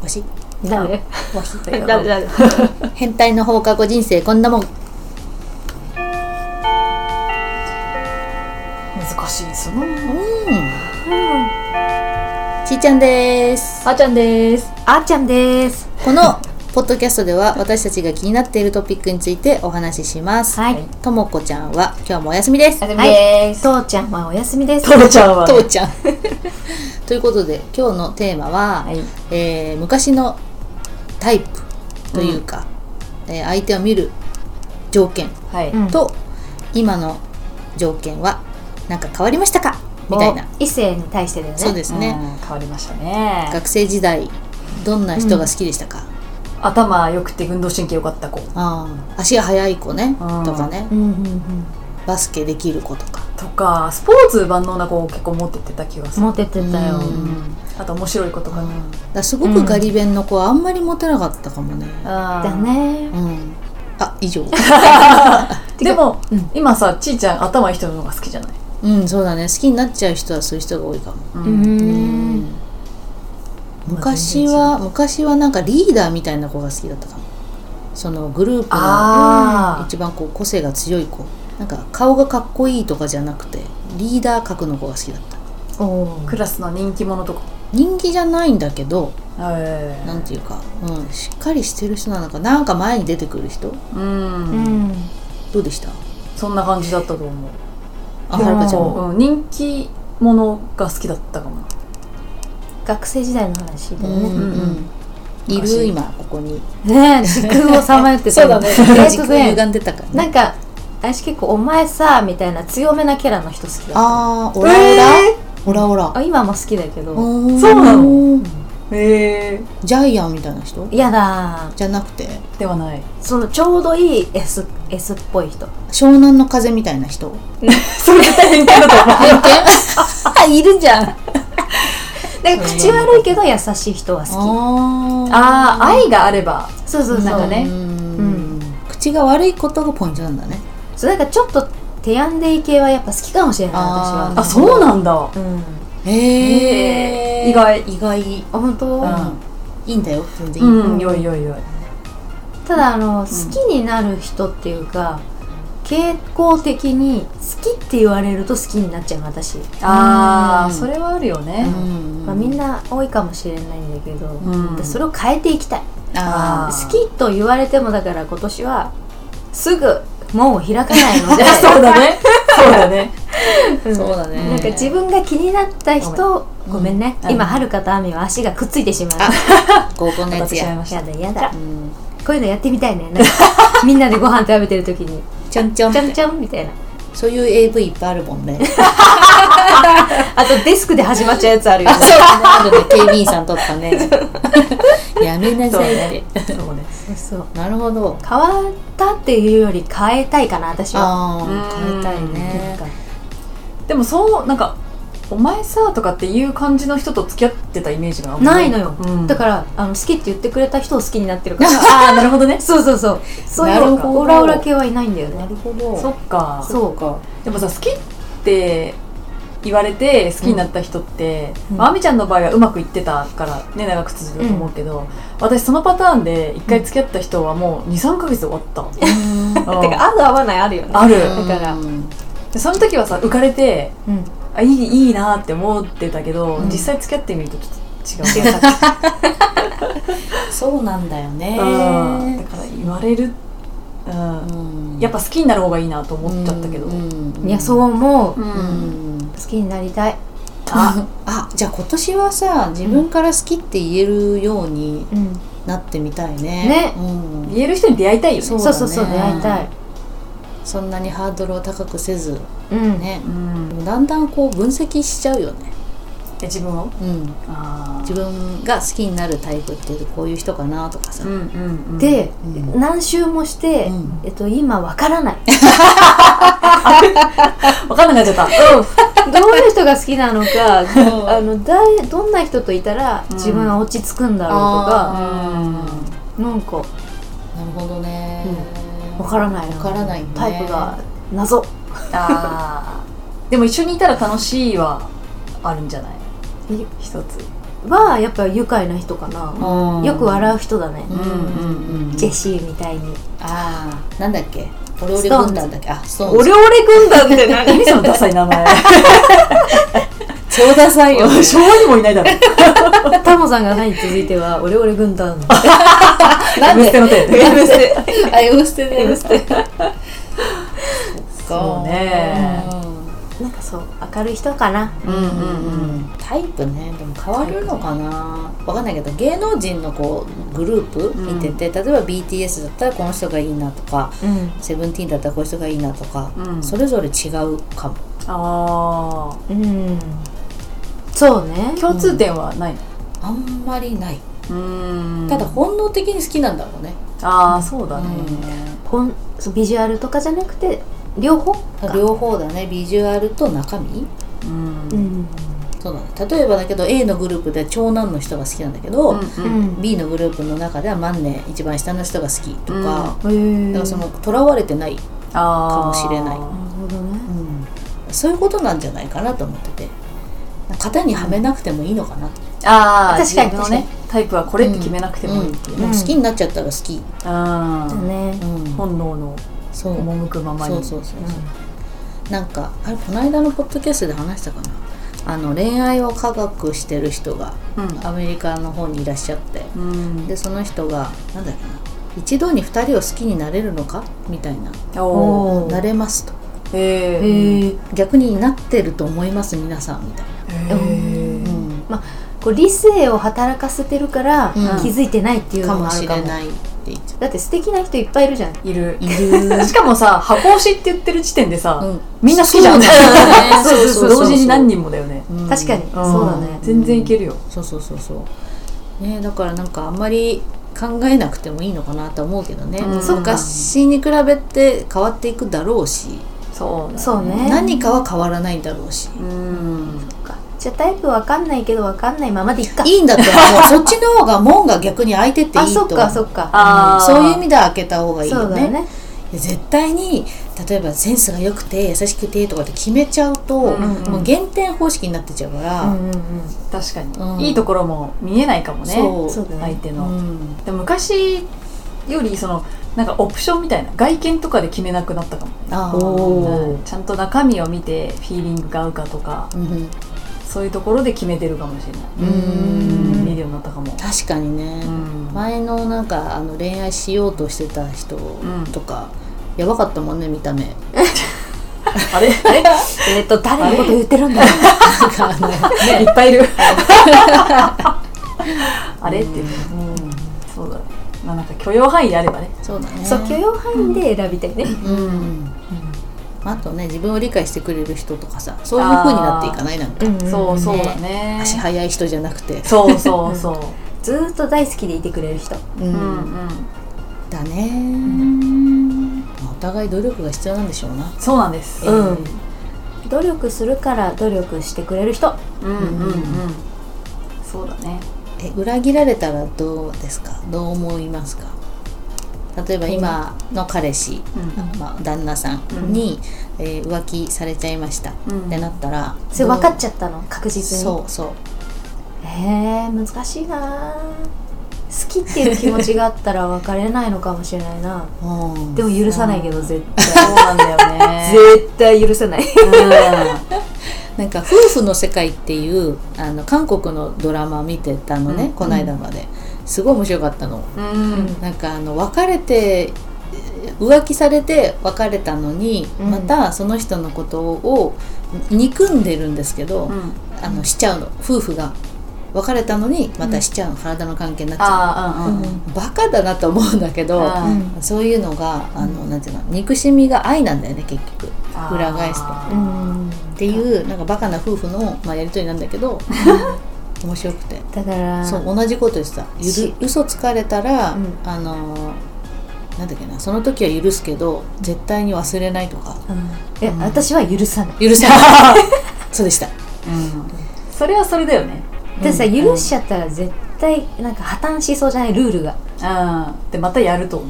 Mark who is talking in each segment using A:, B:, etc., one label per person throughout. A: 推し
B: 誰
A: 推しという
B: 誰誰
A: 変態の放課後人生こんなもん
B: 難しいですな
A: ちーちゃんです
B: あーちゃんですあーちゃんです
A: このポッドキャストでは私たちが気になっているトピックについてお話しします
C: はい。
A: ともこちゃんは今日もお休みです
B: み
C: はい。父ちゃんはお休みです。
B: とうちゃんは
A: とうちゃん ということで今日のテーマは、
C: はい。
A: えー昔のタイプというか、えー相手を見る条件
B: はい、
C: うん
A: と、今の条件は何か変わりましたかみたいな、
C: 異性に対してだよね。
A: そうですね、
B: うん変わりましたね
A: 学生時代どんな人が好きでしたか、
B: 頭良くて運動神経良かった子
A: あー足が速い子ね
B: うん
A: とかね
C: うんうんうん。
A: バスケできる子とか
B: とかスポーツ万能な子を結構持ってってた気がする
C: モテてたよ。
A: うん
B: あと面白い子とかね
A: だからすごくガリ勉の子はあんまりモテなかったかもね、
C: だ
B: だ
C: ね。
A: うん、あ以上
B: でも、
A: うん
B: 今さちーちゃん頭いい人の方が好きじゃない、
A: うんそうだね好きになっちゃう人はそういう人が多いかも
B: う
C: うー
B: ん
C: ん。
A: 昔は昔はなんかリーダーみたいな子が好きだったかもそのグループの
B: あ
A: 一番こう個性が強い子なんか顔がかっこいいとかじゃなくてリーダー格の子が好きだった
C: お
B: あ
C: ー
B: クラスの人気者とか
A: 人気じゃないんだけど
B: え
A: なんていうか、うん、しっかりしてる人なのかなんか前に出てくる人
B: えう、
C: うんん。
A: どうでした
B: そんな感じだったと思う
A: あ
C: で
A: は
C: も
A: るかちゃん
C: そ
A: も
B: うん、人気者が好きだったかも
C: 学生時代の話だよね。
B: うんうん
A: いる
B: 昔
A: 今ここに
C: ねえ、時空をさまよってた
A: 時
C: 外
A: 空
C: 国人
A: 歪んでたから
C: な
A: ね
C: んか、私結構お前さ、みたいな強めなキャラの人好きだっ
A: あーオラオラ、オラオラ
C: た。あ今も好きだけど。
A: おー
B: そうなのええ
A: ジャイアンみたいな人
C: 嫌だ
A: じゃなくて
B: ではない
C: そのちょうどいい S, S っぽい人
A: 湘南の風みたいな人
B: それ絶対偏見だと思う
C: あいるじゃんなんか口悪いけど優しい人は好
A: あ
B: ああ愛があれば
C: きそうそうそう
B: なんかね
A: うん口が悪いことがポイントなんだね
C: そうなんかちょっと手やんでい系はやっぱ好きかもしれない
A: あー
C: 私は
B: あそうなんだ
C: うん
A: へ
B: へー意外
A: 意外い
C: あ本当、
B: うん
A: いんだよ全然いい、
B: うんよいよいよい
C: ただあの好きになる人っていうか、傾向的に好きって言われると好きになっちゃう私、
B: あ
A: う
B: あ
A: ん
B: それはあるよね
A: うん
C: まあ、みんな多いかもしれないんだけど、
B: うん
C: でそれを変えていきたい
A: あ
B: あー
C: 好きと言われてもだから今年はすぐ門を開かないの で
B: そうだねそうだね
A: ーそうだね
C: なんか自分が気になった人
A: ごめん
C: ごめんね、
B: うん
C: 今はるかとあみは足がくっついてしまう
A: あ合コンのやつ
B: 当たってしまい
A: や
B: まし
C: やだやだ
A: うん
C: こういうのやってみたいねなんか みんなでご飯食べてる時に
A: ちょんちょん
C: ちゃんちゃんみたいな
A: そういう AV いっぱいあるもんね
C: あとデスクで始まっちゃうやつあるよ
A: あ
C: ね
A: そうだねあるね警備員さん撮ったねやめな
B: そう
A: さいって、
B: ねそうね
C: そうそう
A: なるほど
C: 変わったっていうより変えたいかな私は
A: ああ変えたい
C: なん
A: ね
C: か
B: でもそうなんか「お前さ」とかっていう感じの人と付き合ってたイメージがあんま
C: な
B: り
C: いのよ、
B: うん
C: だからあの好きって言ってくれた人を好きになってるから
B: ああなるほどね
C: そうそうそうそうい
A: なる
C: う
A: ほど
C: オラオラ系はいないんだよね
A: なるほど
B: そっか
C: そう
A: か
B: でもさ好きって言われて好きになった人って、
C: うん
B: まあ、あみちゃんの場合はうまくいってたからね長く続いたと思うけど、私そのパターンで一回付き合った人はもう23か月で終わった、うん
C: てか合う合わないあるよね
B: ある
C: だから
A: うん
B: でその時はさ浮かれて
C: うん
B: あいいいいなって思ってたけど、
C: うん
B: 実際付き合ってみるとちょっと違う なだか
A: そうなんだよね
B: ら言われる、うん
A: うん
B: やっぱ好きになる方がいいなと思っちゃったけど、
A: うん
C: いやそう思う、好
B: う
A: うんん
C: きになりたい
B: あ
A: あじゃあ今年はさ自分から好きって言えるように
C: うん
A: なってみたいね
C: ね
A: うん
B: 言える人に出会いたいよね
A: そうだ
C: そ
A: ね
C: うそうそう出会いたい
A: そんなにハードルを高くせず
C: うん
A: ね
B: うん
A: だんだんこう分析しちゃうよね
B: え自分を
A: うん
B: あ
A: 自分が好きになるタイプってこういう人かなとかさ
B: ーうんうんうん
C: で、
A: うん
C: 何周もして、
A: うん
C: えっと今わから ない
B: 分かんなくなっちゃった、
C: どういう人が好きなの かあのだいどんな人といたら
B: うん
C: 自分は落ち着くんだろうと
A: あ
C: か、
B: うん
C: なんか
A: なるほどね
C: わからないな
A: わからないね
C: タイプが謎
B: あーでも一緒にいたら楽しいはあるんじゃない一つ
C: はやっぱ愉快な人かな、よく笑う人だね、
A: うんうんうん
C: ジェシーみたいに
A: ああなんだっけオレオレ軍団だっけあそう
C: オレオレ軍団って何
B: 何そのダサい名 前
A: そうださいよ
B: 昭和にもいないだろ
C: タモさんが何に続いてはオレオレ軍団
A: なん
B: 見捨
A: で
B: ての手
A: エムステあエムステねエムステ
B: そうね
C: なんかそう明るい人かな
A: うんうんうんタイプねでも変わるのかなわかんないけど芸能人のこうグループ見てて、例えば BTS だったらこの人がいいなとか
C: うん
A: セブンティーンだったらこの人がいいなとか、
B: うん
A: それぞれ違うかも
B: あ
C: うんそうね
B: あ共通点はない
A: あんまりない、
B: うん
A: ただ本能的に好きなんだろうね、
B: ああそうだね
C: ほんそうビジュアルとかじゃなくて両方
A: うん両方だねビジュアルと中身
B: うん
C: う
B: うん
C: ん
A: そうだね例えばだけど A のグループで長男の人が好きなんだけど、
C: う
B: うん
C: ん
A: B のグループの中では万年一番下の人が好きとか、
C: へえ
A: だからそのとらわれてない、
B: か
A: もしれない
C: なるほどね
A: そういうことなんじゃないかなと思ってて型にはめなくてもいいのかな、
B: ああ
C: 確かに
B: 自分のねタイプはこれって決めなくてもいいっていう
A: もう
B: ね
A: 好きになっちゃったら好き、
B: あ
C: だ
B: ー
C: ね
A: うん
B: 本能の
A: そう
B: 赴くままに
A: そうそうそうそうなんかあれこの間のポッドキャストで話したかなあの恋愛を科学してる人が
B: うん
A: アメリカの方にいらっしゃって
B: うん
A: でその人がなんだっけな一度に2人を好きになれるのかみたいな
B: お
C: お
A: なれますと
B: ーへ
C: へ
B: ー
C: え
A: 逆になってると思います皆さんみたい
B: へー
A: な、
C: こう理性を働かせてるから
A: うん
C: 気づいてないっていう
A: か
C: のも
A: も
C: あ
A: し
C: るか
A: れ
C: も
A: ないって言って
C: だって素敵な人いっぱいいるじゃん
B: いる
A: いる
B: しかもさ箱推しって言ってる時点でさ、
A: うん
B: みんな好きじゃん、
A: そうだよね
B: そうそうそ
A: そ
B: う
A: うそうそう
B: 同時に何人もだよね、
A: うん
C: 確かに
B: ん
C: そうだね
B: 全然いけるよ、
A: そうそうそうそうねだからなんかあんまり考えなくてもいいのかなと思うけどね、
B: うん
C: そっか
A: 昔に比べて変わっていくだろうし、
B: そう
C: そうね
A: 何かは変わらないだろうし、
B: うん
C: じゃあタイプわかんないけどわかんないままでいっか
A: いいんだったらもうそっちの方が門が逆に開いてっていいと思
C: あ
A: う
C: そっかそっか
B: あー
A: そういう意味では開けた方がいい
C: そ
A: よ
C: うだ
A: ね
C: よね
A: いや絶対に例えばセンスが良くて優しくてとかって決めちゃうと、
B: うんうん
A: もう減点方式になってっちゃうから、
C: うんうん
B: 確かに、
A: うん
B: いいところも見えないかもね
A: そう
C: うんそうだ
B: 相
C: ね
B: 手
A: う
B: の、
A: ん
B: でも昔よりそのなんかオプションみたいな外見とかで決めなくなったかも、
A: あー
C: おー
B: うんちゃんと中身を見てフィーリングが合うかとか
A: うん
B: そういうところで決めてるかもしれない、
A: う
B: うん、見
A: ん
B: るようになったかも、
A: 確かにね、
B: うん
A: 前のなんかあの恋愛しようとしてた人とか、やばかったもんね見た目
B: あれ
C: えっと誰のこと言ってるんだ
A: なんかあの
B: いっぱいいる。あれっていう、そうだね。まあなんか許容範囲であればね。
A: そうだね
C: そう許容範囲で選びたいね
A: うんあとね自分を理解してくれる人とかさそういう風になっていかないなんか、
B: そうそうだね。
A: 足速い人じゃなくて
B: そうそうそ
C: ずーっと大好きでいてくれる人
A: う
B: う。うんんうん。
A: だね、まあお互い努力が必要なんでしょうな
B: そうなんです。
C: うん
B: うん
C: 努力するから努力してくれる人
B: うんうん。そうだね。
A: え裏切られたらどうですかどう思いますか例えば今の彼氏、
B: うん
A: まあ、旦那さんに、えー浮気されちゃいました、
B: うん
A: ってなったら
C: それ分かっ
A: ち
C: ちゃったの確実に
A: そうそう
C: へえ難しいな好きっていう気持ちがあったら別れないのかもしれないな
A: うん
C: でも許さないけど絶
B: そうなんだよね。
C: 絶対許さない
A: なんか夫婦の世界っていうあの韓国のドラマ見てたのね、
B: うん
A: この間まで、すごい面白かったの
B: うんうん。
A: なんかあの別れてえー浮気されて別れたのに、
C: うん
A: またその人のことを憎んでるんですけど、
B: うん。
A: あのしちゃうの夫婦が別れたのにまたしちゃうの、体の関係になっちゃう
B: ああうんうん。
A: バカだなと思うんだけど、
B: あー
A: そういうのがあの、なんていうの憎しみが愛なんだよね結局
B: あー
A: 裏返すと
C: うん
A: っていうなんかバカな夫婦の、まあ、やりとりなんだけど面白くて
C: だから
A: そう同じことでしたゆ
C: し
A: る嘘つかれたら、
C: うん
A: あのーなんだっけなその時は許すけど絶対に忘れないとか
C: うんいや私は許さない
A: 許 せないそうでした
B: うん。それはそれだよね。
C: でさ許しちゃったら絶対なんか破綻しそうじゃないルールが、
B: うん。でまたやると思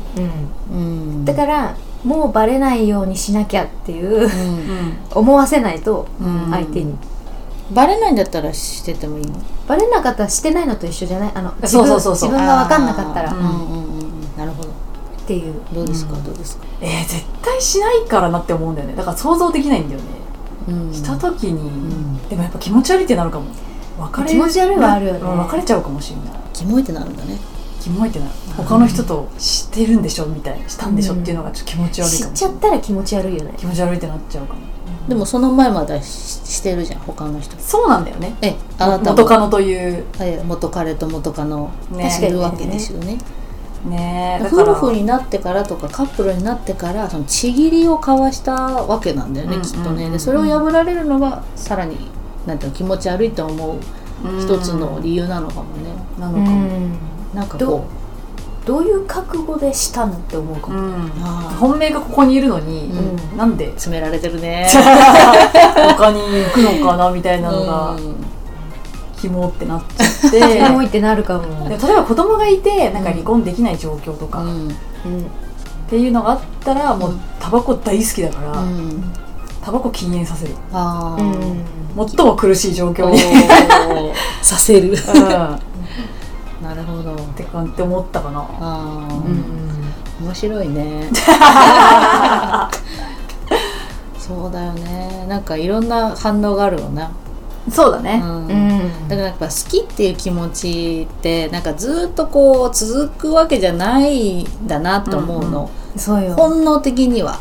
A: うん
C: だからもうバレないようにしなきゃっていう
A: うん
B: う。うん。
C: 思わせないと
A: うん
C: 相手に、
A: バレないんだったらしててもいいの
C: バレなかったらしてないのと一緒じゃないあの自
B: そう
C: 分
B: そうそうそう
C: 自分が分かんなかったら
A: あー
C: っ
A: うんうんうんうんなるほど
C: ていう
A: どうですか、
B: うん
A: どうですか、
B: えー、絶対しないからなって思うんだよねだから想像できないんだよね、
A: うん
B: した時に、
A: ん
B: でもやっぱ気持ち悪いってなるかも別れ
C: 気持ち悪いはあるよね
B: うん別れちゃうかもしれない
A: キモいってなるんだね
B: キモいってなる他の人と知ってるんでしょみたいなしたんでしょっていうのがちょっと気持ち悪い
C: 知
B: か
C: っ
B: も
C: ちゃったら気持ち悪いよね
B: 気持ち悪いってなっちゃうかも
A: でもその前まではししてるじゃん他の人
B: そうなんだよね
A: えあなたも
B: 元カノという
A: え元彼と元カノ
B: ね
A: いるわけですよね
B: ねえだから
A: 夫婦になってからとかカップルになってからそのちぎりを交わしたわけなんだよね、
B: うん
A: きっと
B: うんう
A: ね
B: ん
A: でそれを破られるのがさらになんていうの気持ち悪いと思う一つの理由なのかもね、
B: うんなの
C: う
B: かも、
C: ん
A: なんか
C: ど
A: こ
C: どういう覚悟でしたのって思うか
B: う
C: も、
B: ん
A: うあ
B: 本命がここにいるのに、
A: う
C: うん
B: なんで
A: ー詰められてるね
B: 他に行くのかなみたいなのが、
A: うん
B: キモってなっちゃってで
C: キモ
B: 例
C: いってなるか
B: え
C: も、
B: ば子供がいてなんか離婚できない状況とか、っ
C: うん、
B: ていうのがあったらもうタバコ大好きだから、
A: うんうん
B: タバコ禁煙させる
A: ああ、
C: うん
B: 最も苦しい状況
A: お
B: に、
A: ーさせる
B: うん、っ
A: なるほど
B: てかって思ったかな、
A: ああ、
B: うん
A: 面白いねそうだよねなんかいろんな反応があるよな、
B: そうだ
A: う
B: ね、
A: ん
C: うん
A: だからやっぱ好きっていう気持ちってなんかずっとこう続くわけじゃないんだなと思うの、
C: そうよ、
A: 本能的には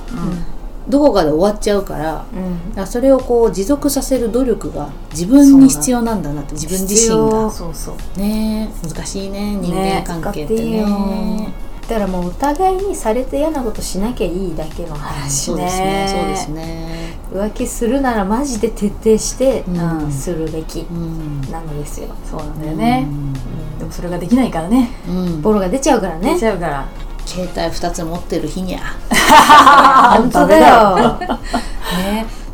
A: どこかで終わっちゃうからだ
C: うん
A: からそれをこう持続させる努力が自分に必要なんだなって自分自身
B: う
A: が
B: ん、そうそう
A: ねえ難しいね人間関係ってね
C: 難しいよだからもうお互いにされて嫌なことしなきゃいいだけの話
A: そうですね
B: ね
A: そうですね
C: 浮気するならマジで徹底して
A: うん
C: するべき
A: うん
C: なのですよ、
B: そうなんだよね、でもそれができないからね
A: うん
C: ボロが出ちゃうから
B: 出
C: ね
B: ちゃうから
A: 携帯2つ持ってる日にゃ
C: 本当だよ
A: ねだ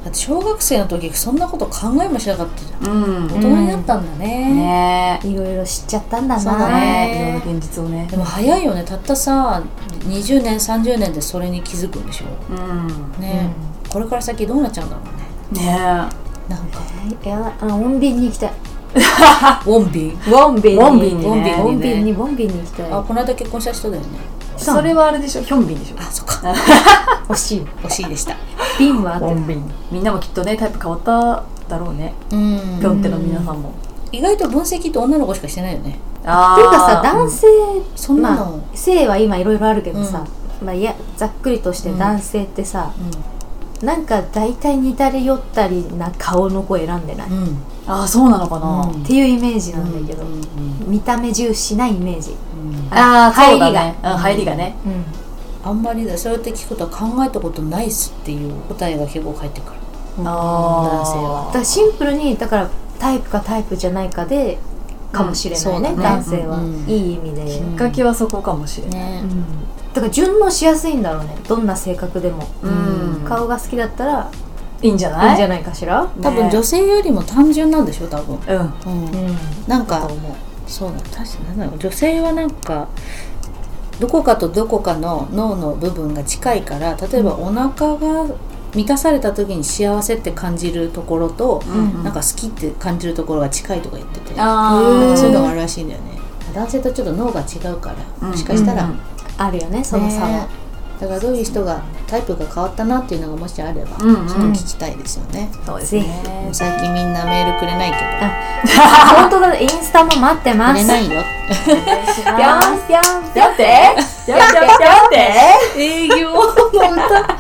A: って小学生の時そんなこと考えもしなかったじゃん
B: うん
A: 大人になったんだね、
B: ね
C: いろいろ知っちゃったんだ
A: そうだ
C: な
A: ね
B: ねいろんな現実をね
A: でも早いよねたったさ20年30年でそれに気づくんでしょ
B: うん
A: ね、これから先どうなっちゃうんだろうね
B: ね
A: なんか
C: いやあの穏便に行きたい
A: ウォンビン
C: ウォンビ
B: ンに
A: ウォンビン
C: ウォ
A: に
C: ン
A: ね
C: ビンにウォンビンに行きたい
A: あこの間結婚した人だよね
C: そう
B: それはあれでしょヒョンビンでしょ
A: あそっか
C: 惜しい
A: 惜しいでした
C: 瓶はあって
B: ンビンみんなもきっとねタイプ変わっただろうね
A: うん
B: ぴょんての皆さんも
A: 意外と分析って女の子しかしてないよね
B: あ
C: っていうかさ男性、
A: そんな
C: ま
A: の、
C: あ性は今いろいろあるけどさ、まあ、いやざっくりとして男性ってさ、なんか大体似たり寄ったりな顔の子選んでない、
A: う
C: っ
A: ん
B: あーそうなのかな、
A: うん
C: ていうイメージなんだけど、
A: うん
C: 見た目重視なイメージ、
A: うんうん
B: ああそうだ
C: 入りが
B: ねうん入りがね
C: うん、
A: あんまりだそうやって聞くと考えたことないっすっていう答えが結構返ってくる
B: あー
A: 男性は
C: だからシンプルにだからタイプかタイプじゃないかでかもしれないね,、
A: うんそうだね
C: 男性は、
A: うん
C: いい意味で、
A: う
B: き
A: ん
B: っかけはそこかもしれない、
A: ね
C: だから順応しやすいんだろうねどんな性格でも、
B: うん
C: 顔が好きだったら
B: いいんじゃ
C: いい
B: ない
C: んじゃ
B: な
C: ないかしら、
A: 多分女性よりも単純なんでしょ多分、
B: うん
A: うん、
C: うん
A: なんか
B: と思う
A: そうだ確かになんだろう女性はなんかどこかとどこかの脳の部分が近いから例えばお腹が満たされた時に幸せって感じるところと、
B: うん
A: なんか好きって感じるところが近いとか言っててなんか
B: あ
C: へー
A: そういうのがあるらしいんだよね男性とちょっと脳が違うから、もしかしたら、
C: あるよねその差は、
A: ねだからどういう人がタイプが変わったなっていうのがもしあれば、
B: うんうん
A: それ聞きたいですよね、
B: そうですね
C: ぜ
A: 最近みんなメールくれないけど
C: 本当だねインスタも待ってま
A: くれ
C: す
A: ないよ
C: ぴょんぴょん
B: やってやってやってやって
A: 営業の歌